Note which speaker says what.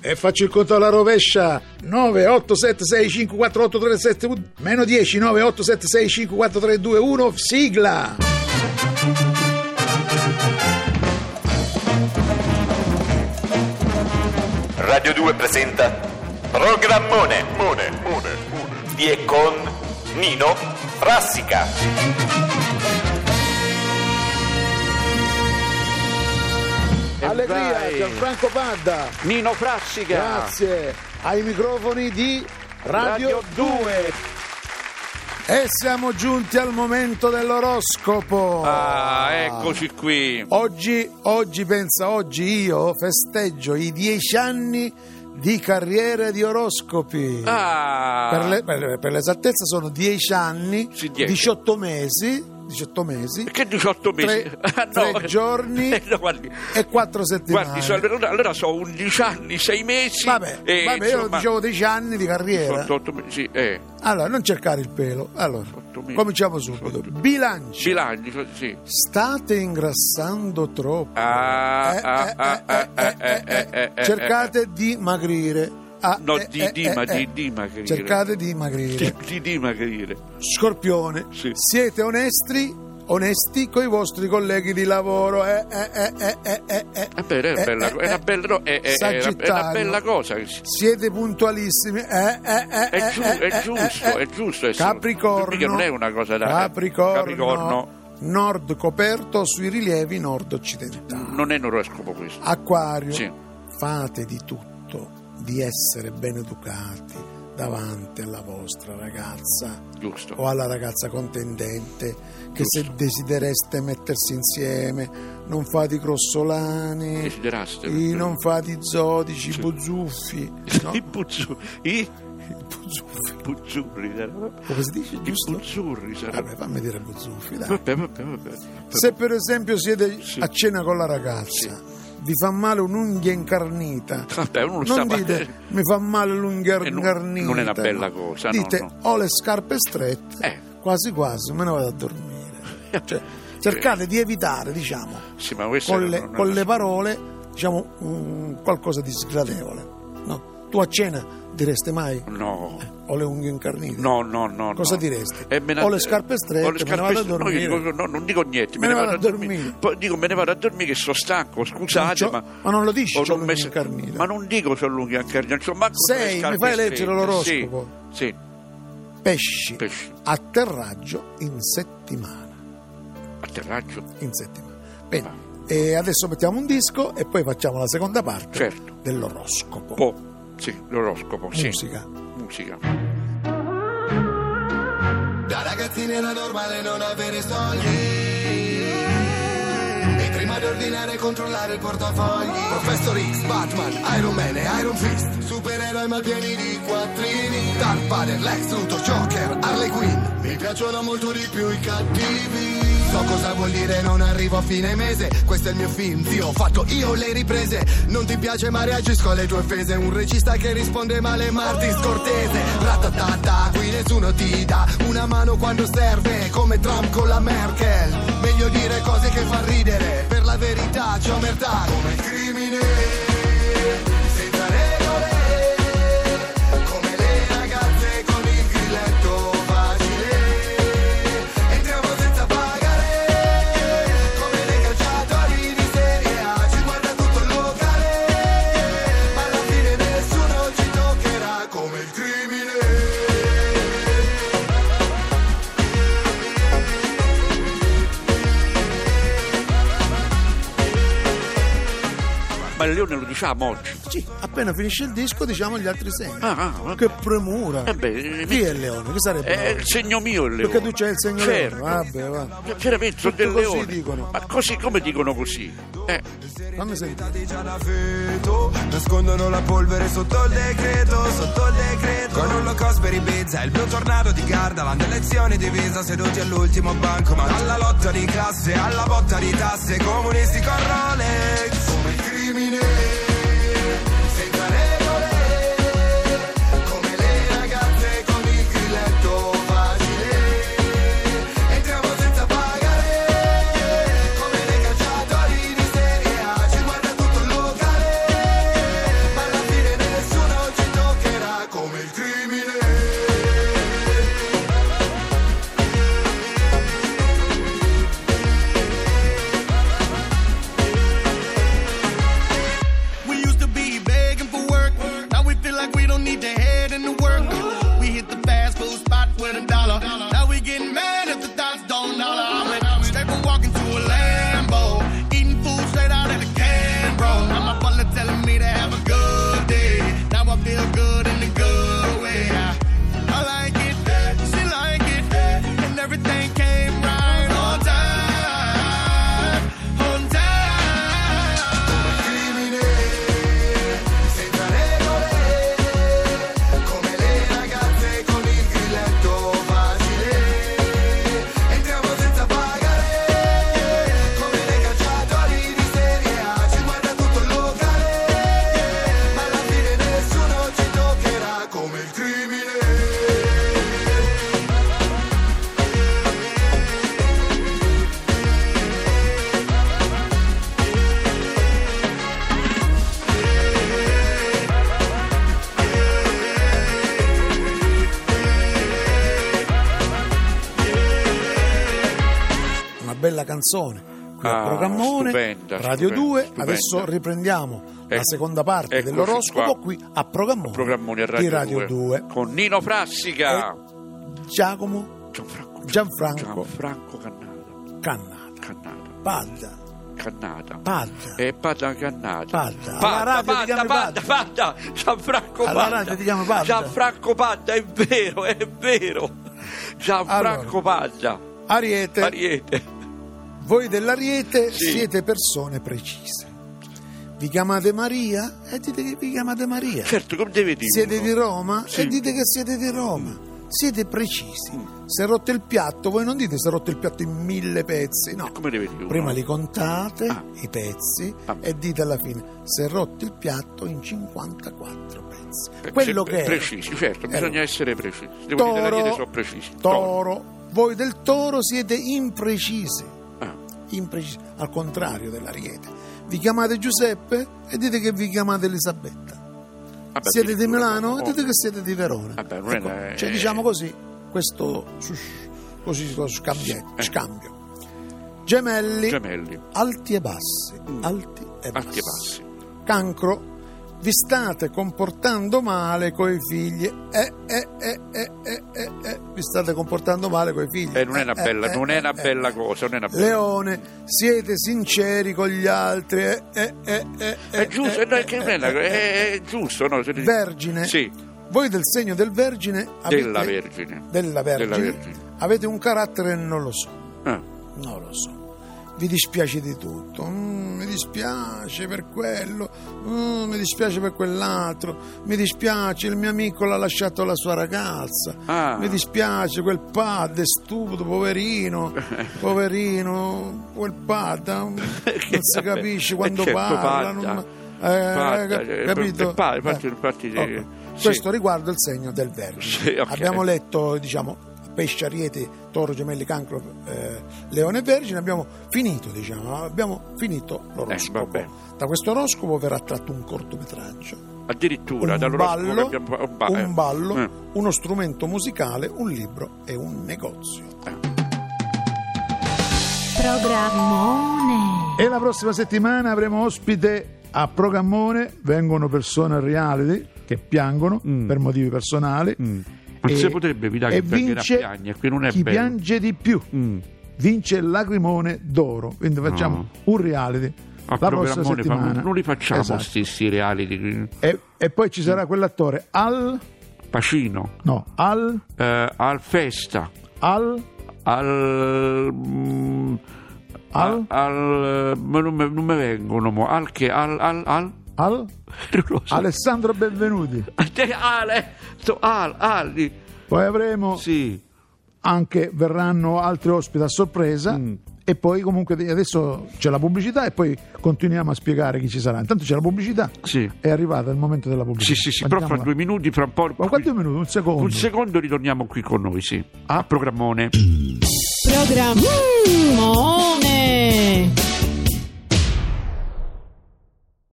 Speaker 1: E faccio il conto alla rovescia. 9, 8, 7, 6, 5, 4, 8, 3, 7, meno 10, 9, 8, 7, 6, 5, 4, 3, 2, 1, sigla!
Speaker 2: Radio 2 presenta Programmone Mone, Mone, Mone. di e con Nino Frassica.
Speaker 1: Allegria,
Speaker 3: vai.
Speaker 1: Gianfranco Padda.
Speaker 3: Nino Frassica.
Speaker 1: Grazie. Ai microfoni di
Speaker 3: Radio
Speaker 1: Radio
Speaker 3: 2.
Speaker 1: E siamo giunti al momento dell'oroscopo.
Speaker 4: Ah, eccoci qui.
Speaker 1: Oggi, oggi, pensa, oggi io festeggio i dieci anni di carriera di oroscopi.
Speaker 4: Ah,
Speaker 1: Per, le- per- per l'esattezza sono dieci anni,
Speaker 4: Sì, dieci.
Speaker 1: 18 mesi, 18 mesi
Speaker 4: che 18 mesi?
Speaker 1: Tre-
Speaker 4: Ah,
Speaker 1: tre giorni
Speaker 4: Eh, no, guardi,
Speaker 1: e quattro settimane.
Speaker 4: guardi sono- allora- allora sono 11 anni, 6 mesi.
Speaker 1: Vabbè,
Speaker 4: e,
Speaker 1: vabbè, io
Speaker 4: Eh, insomma,
Speaker 1: dicevo 10 anni di carriera.
Speaker 4: 18 mesi, eh.
Speaker 1: Allora, non cercare il pelo. Allora,
Speaker 4: 18.000.
Speaker 1: cominciamo subito. Bilancio.
Speaker 4: Bilancio, sì.
Speaker 1: State ingrassando troppo.
Speaker 4: Ah,
Speaker 1: Eh,
Speaker 4: ah,
Speaker 1: eh,
Speaker 4: ah,
Speaker 1: eh,
Speaker 4: ah,
Speaker 1: eh, eh,
Speaker 4: eh, eh, eh, eh,
Speaker 1: Cercate di magrire. Ah,
Speaker 4: No,
Speaker 1: eh,
Speaker 4: di-
Speaker 1: eh,
Speaker 4: di
Speaker 1: eh,
Speaker 4: ma-
Speaker 1: eh.
Speaker 4: di- di magrire.
Speaker 1: Cercate di magrire.
Speaker 4: Ti, ti dimagrire.
Speaker 1: Scorpione,
Speaker 4: Sì.
Speaker 1: siete onesti, onesti con i vostri colleghi di lavoro. Eh, eh, eh, eh, eh, eh, eh.
Speaker 4: Eh, beh, è una
Speaker 1: Eh,
Speaker 4: bella,
Speaker 1: eh,
Speaker 4: è una
Speaker 1: eh.
Speaker 4: bella, no, è- è- è una- è una
Speaker 1: Sagittario,
Speaker 4: bella cosa. che si-
Speaker 1: Siete puntualissimi. Eh, eh, eh,
Speaker 4: È,
Speaker 1: eh,
Speaker 4: giu-
Speaker 1: eh,
Speaker 4: è
Speaker 1: eh,
Speaker 4: giusto,
Speaker 1: eh, eh.
Speaker 4: è giusto. essere-
Speaker 1: Capricorno.
Speaker 4: Mica non è una cosa da...
Speaker 1: Capricorno.
Speaker 4: Capricorno.
Speaker 1: Nord coperto sui rilievi nord occidentali.
Speaker 4: Non è un oroscopo questo.
Speaker 1: Acquario,
Speaker 4: Sì.
Speaker 1: fate di tutto di essere ben educati davanti alla vostra ragazza
Speaker 4: Giusto.
Speaker 1: o alla ragazza contendente che se desidereste mettersi insieme non fate i grossolani
Speaker 4: Desideraste.
Speaker 1: i non fate i zodici, i buzzuffi no,
Speaker 4: I puzzu- I
Speaker 1: i buzzuffi
Speaker 4: puzzurri saranno.
Speaker 1: come si dice
Speaker 4: I
Speaker 1: giusto?
Speaker 4: puzzurri saranno.
Speaker 1: Vabbè, fammi dire buzzuffi, dai.
Speaker 4: Vabbè, vabbè, vabbè.
Speaker 1: Se per esempio siete
Speaker 4: Sì.
Speaker 1: a cena con la ragazza, vi fa male un'unghia incarnita.
Speaker 4: Vabbè, uno sta
Speaker 1: Non dite mi fa male l'unghia
Speaker 4: Eh, non-
Speaker 1: incarnita.
Speaker 4: non è una
Speaker 1: no.
Speaker 4: bella cosa, no,
Speaker 1: Dite
Speaker 4: no.
Speaker 1: ho le scarpe strette,
Speaker 4: Eh.
Speaker 1: quasi quasi me ne vado a dormire. Cioè, cercate di evitare, diciamo,
Speaker 4: Sì, ma questo
Speaker 1: con
Speaker 4: non-
Speaker 1: le,
Speaker 4: non-
Speaker 1: con le parole, diciamo, un- qualcosa di sgradevole. no? Tu a cena diresti mai "Eh,
Speaker 4: No.
Speaker 1: ho le unghie incarnite?
Speaker 4: No, no, no.
Speaker 1: Cosa
Speaker 4: no.
Speaker 1: diresti?
Speaker 4: Eh, me ne-
Speaker 1: Ho le scarpe strette,
Speaker 4: ho le
Speaker 1: me ne
Speaker 4: scarpe
Speaker 1: vado a
Speaker 4: strette. No, io
Speaker 1: dormire.
Speaker 4: dico- no, non dico niente,
Speaker 1: Me ne vado a dormire.
Speaker 4: Poi dico me ne vado a dormire che sono stanco,
Speaker 1: Non
Speaker 4: scusate,
Speaker 1: c'ho-
Speaker 4: ma
Speaker 1: ma non lo dici,
Speaker 4: ho
Speaker 1: c'ho l'unghia
Speaker 4: messo-
Speaker 1: incarnita.
Speaker 4: Ma non dico c'ho l'unghia incarnita, insomma, manco
Speaker 1: Sei,
Speaker 4: le scarpe
Speaker 1: mi fai leggere
Speaker 4: strette.
Speaker 1: l'oroscopo?
Speaker 4: Sì. sì.
Speaker 1: Pesci,
Speaker 4: Pesci.
Speaker 1: atterraggio in settimana.
Speaker 4: Atterraggio.
Speaker 1: In settimana. Bene,
Speaker 4: Ah.
Speaker 1: e adesso mettiamo un disco e poi facciamo la seconda parte
Speaker 4: Certo.
Speaker 1: dell'oroscopo.
Speaker 4: Po. Sì, l'oroscopo, sì.
Speaker 1: Musica.
Speaker 4: Musica.
Speaker 5: Da ragazzini era normale non avere soldi. E prima di ordinare controllare il portafogli. Professor X, Batman, Iron Man e Iron Fist. Supereroi ma pieni di quattrini. Darth Vader, Lex Luthor, Joker, Harley Quinn. Mi piacciono molto di più i cattivi. So cosa vuol dire non arrivo a fine mese. Questo è il mio film, zio, ho fatto io le riprese. Non ti piace ma reagisco alle tue offese. Un regista che risponde male, Martin Scortese. Ratatata, qui nessuno ti dà una mano quando serve, come Trump con la Merkel. Meglio dire cose che fa ridere. Per la verità c'è omertà come il crimine. senza regole, come le ragazze con il grilletto facile. Entriamo senza pagare, come le calciatori di Serie A, ci guarda tutto il locale, ma alla fine nessuno ci toccherà come il crimine.
Speaker 4: Ma il leone lo diciamo oggi.
Speaker 1: Sì, appena finisce il disco diciamo gli altri segni.
Speaker 4: Ah, ah,
Speaker 1: che premura.
Speaker 4: Eh beh,
Speaker 1: Chi è il leone? Che sarebbe?
Speaker 4: È il segno mio il leone.
Speaker 1: Perché tu c'hai il segno
Speaker 4: Certo.
Speaker 1: leone. Vabbè, va.
Speaker 4: Cioè, Veramente sono
Speaker 1: Tutto
Speaker 4: del
Speaker 1: così
Speaker 4: leone.
Speaker 1: dicono.
Speaker 4: Ma così come dicono così? Eh,
Speaker 1: Fammi sentire.
Speaker 5: Già da feto, nascondono la polvere sotto il decreto, sotto il decreto. Con un locos per Ibiza, il blu tornado di Gardaland, elezioni divisa, seduti all'ultimo banco, ma dalla lotta di classe alla botta di tasse, comunisti con Rolex. Come il crimine, senza regole, come le ragazze con il grilletto facile. Entriamo senza pagare, come le cacciatori di Serie A, ci guarda tutto il locale. Ma alla fine
Speaker 1: canzone. Qui
Speaker 4: Ah,
Speaker 1: a Programmone,
Speaker 4: stupenda,
Speaker 1: Radio
Speaker 4: stupenda,
Speaker 1: 2,
Speaker 4: stupenda.
Speaker 1: adesso riprendiamo
Speaker 4: Ecco,
Speaker 1: la seconda parte
Speaker 4: eccoci
Speaker 1: dell'oroscopo
Speaker 4: qua.
Speaker 1: qui a Programmone,
Speaker 4: Programmone a
Speaker 1: di
Speaker 4: Radio,
Speaker 1: Radio 2.
Speaker 4: con Nino Frassica
Speaker 1: Giacomo
Speaker 4: Gianfranco
Speaker 1: Gianfranco.
Speaker 4: Gianfranco Cannata
Speaker 1: Cannata,
Speaker 4: Cannata
Speaker 1: Padda,
Speaker 4: Cannata
Speaker 1: Padda.
Speaker 4: e Padda Cannata
Speaker 1: Padda. Alla
Speaker 4: Padda
Speaker 1: radio ti
Speaker 4: Padda
Speaker 1: chiami
Speaker 4: Padda Padda Gianfranco
Speaker 1: Alla
Speaker 4: Padda
Speaker 1: radio ti chiami Padda.
Speaker 4: Gianfranco Padda è vero è vero Gianfranco Padda
Speaker 1: Ariete,
Speaker 4: Ariete
Speaker 1: voi dell'Ariete
Speaker 4: Sì.
Speaker 1: siete persone precise. Vi chiamate Maria e dite che vi chiamate Maria.
Speaker 4: certo come deve dire
Speaker 1: Siete
Speaker 4: uno?
Speaker 1: di Roma
Speaker 4: Sì. Mm.
Speaker 1: e dite che siete di Roma. Siete precisi. Se è rotto il piatto, voi non dite se è rotto il piatto in mille pezzi, no.
Speaker 4: come deve dire uno?
Speaker 1: Prima li contate,
Speaker 4: Ah.
Speaker 1: i pezzi,
Speaker 4: Ah.
Speaker 1: e dite alla fine se è rotto il piatto in 54 pezzi.
Speaker 4: Beh,
Speaker 1: Quello
Speaker 4: se-
Speaker 1: che è.
Speaker 4: precisi certo
Speaker 1: Era.
Speaker 4: bisogna essere precisi devo dire la
Speaker 1: toro,
Speaker 4: Ariete sono precisi
Speaker 1: toro, voi del toro siete imprecisi.
Speaker 4: Ah.
Speaker 1: imprecisi, al contrario dell'ariete. Vi chiamate Giuseppe e dite che vi chiamate Elisabetta.
Speaker 4: Vabbè,
Speaker 1: siete di
Speaker 4: addirittura,
Speaker 1: Milano e
Speaker 4: oh.
Speaker 1: dite che siete di Verona.
Speaker 4: Vabbè, non è-
Speaker 1: Ecco, cioè,
Speaker 4: eh,
Speaker 1: diciamo così, questo sus- così lo scambie- scambio. Gemelli,
Speaker 4: eh. Gemelli.
Speaker 1: alti e bassi, alti e bassi.
Speaker 4: Alti e bassi.
Speaker 1: Cancro, vi state comportando male coi figli. Eh, eh, eh, eh, eh, eh, eh, vi state comportando male coi figli.
Speaker 4: Eh, non è una
Speaker 1: Eh,
Speaker 4: bella-
Speaker 1: eh,
Speaker 4: non è una
Speaker 1: eh,
Speaker 4: bella
Speaker 1: eh.
Speaker 4: cosa, non è una bella-
Speaker 1: Leone, siete sinceri con gli altri. Eh, eh, eh, eh,
Speaker 4: È giusto,
Speaker 1: eh,
Speaker 4: no, è
Speaker 1: eh,
Speaker 4: che
Speaker 1: eh,
Speaker 4: non è una- è- è giusto, no? se-
Speaker 1: Vergine?
Speaker 4: Sì,
Speaker 1: Voi del segno del Vergine avete,
Speaker 4: della Vergine.
Speaker 1: della Vergine,
Speaker 4: Della Vergine.
Speaker 1: avete un carattere non lo so,
Speaker 4: Ah,
Speaker 1: non lo so. Vi dispiace di tutto, Mm, mi dispiace per quello, Mm, mi dispiace per quell'altro, mi dispiace il mio amico l'ha lasciato la sua ragazza,
Speaker 4: Ah.
Speaker 1: mi dispiace quel pad è stupido, poverino, poverino, quel pad ah, non si
Speaker 4: vabbè,
Speaker 1: capisce
Speaker 4: eh,
Speaker 1: quando
Speaker 4: certo,
Speaker 1: parla,
Speaker 4: padda.
Speaker 1: non- eh,
Speaker 4: Padda,
Speaker 1: cap-
Speaker 4: eh,
Speaker 1: capito?
Speaker 4: eh, pa- infatti- infatti,
Speaker 1: Eh,
Speaker 4: eh,
Speaker 1: ok.
Speaker 4: sì.
Speaker 1: Questo riguarda il segno del Vergine.
Speaker 4: Sì, ok.
Speaker 1: Abbiamo letto, diciamo, pesce, ariete, toro, gemelli, cancro, eh, leone e vergine. Abbiamo finito, diciamo, abbiamo finito l'oroscopo.
Speaker 4: vabbè.
Speaker 1: da questo oroscopo verrà tratto un cortometraggio,
Speaker 4: addirittura
Speaker 1: un
Speaker 4: dall'oroscopo
Speaker 1: ballo,
Speaker 4: che abbiamo-
Speaker 1: un,
Speaker 4: ba- eh,
Speaker 1: ballo
Speaker 4: eh,
Speaker 1: uno strumento musicale, un libro e un negozio.
Speaker 6: Programmone.
Speaker 1: E la prossima settimana avremo ospite a Programmone, vengono persone reali che piangono per motivi personali.
Speaker 4: Non si Mm. potrebbe evitare
Speaker 1: e
Speaker 4: che piangere a
Speaker 1: vince
Speaker 4: piagne, qui non è
Speaker 1: chi
Speaker 4: bello.
Speaker 1: piange di più.
Speaker 4: mm. Ah.
Speaker 1: Vince il lacrimone d'oro, quindi facciamo un reality
Speaker 4: A
Speaker 1: la prossima
Speaker 4: Programmone fa-
Speaker 1: settimana.
Speaker 4: non li facciamo
Speaker 1: Esatto.
Speaker 4: sti, sti reality.
Speaker 1: E, e poi ci sarà quell'attore al
Speaker 4: Pacino,
Speaker 1: no, al
Speaker 4: eh, al festa,
Speaker 1: al
Speaker 4: al... mm,
Speaker 1: Al?
Speaker 4: a- al- ma non, me- non mi vengono, mo. al che, al... al, al?
Speaker 1: al
Speaker 4: Non lo so.
Speaker 1: Alessandro Benvenuti.
Speaker 4: A te, Ale, to- Al, Ali,
Speaker 1: Poi avremo
Speaker 4: sì.
Speaker 1: anche verranno altri ospiti a sorpresa
Speaker 4: Mm.
Speaker 1: e poi comunque adesso c'è la pubblicità e poi continuiamo a spiegare chi ci sarà. Intanto c'è la pubblicità.
Speaker 4: Sì.
Speaker 1: È arrivato il momento della pubblicità.
Speaker 4: Sì, sì, sì, però fra
Speaker 1: Andiamola.
Speaker 4: due minuti, fra un po'.
Speaker 1: Ma quanti minuti? Un secondo.
Speaker 4: Un secondo ritorniamo qui con noi, sì. A programmone.
Speaker 7: Programmone.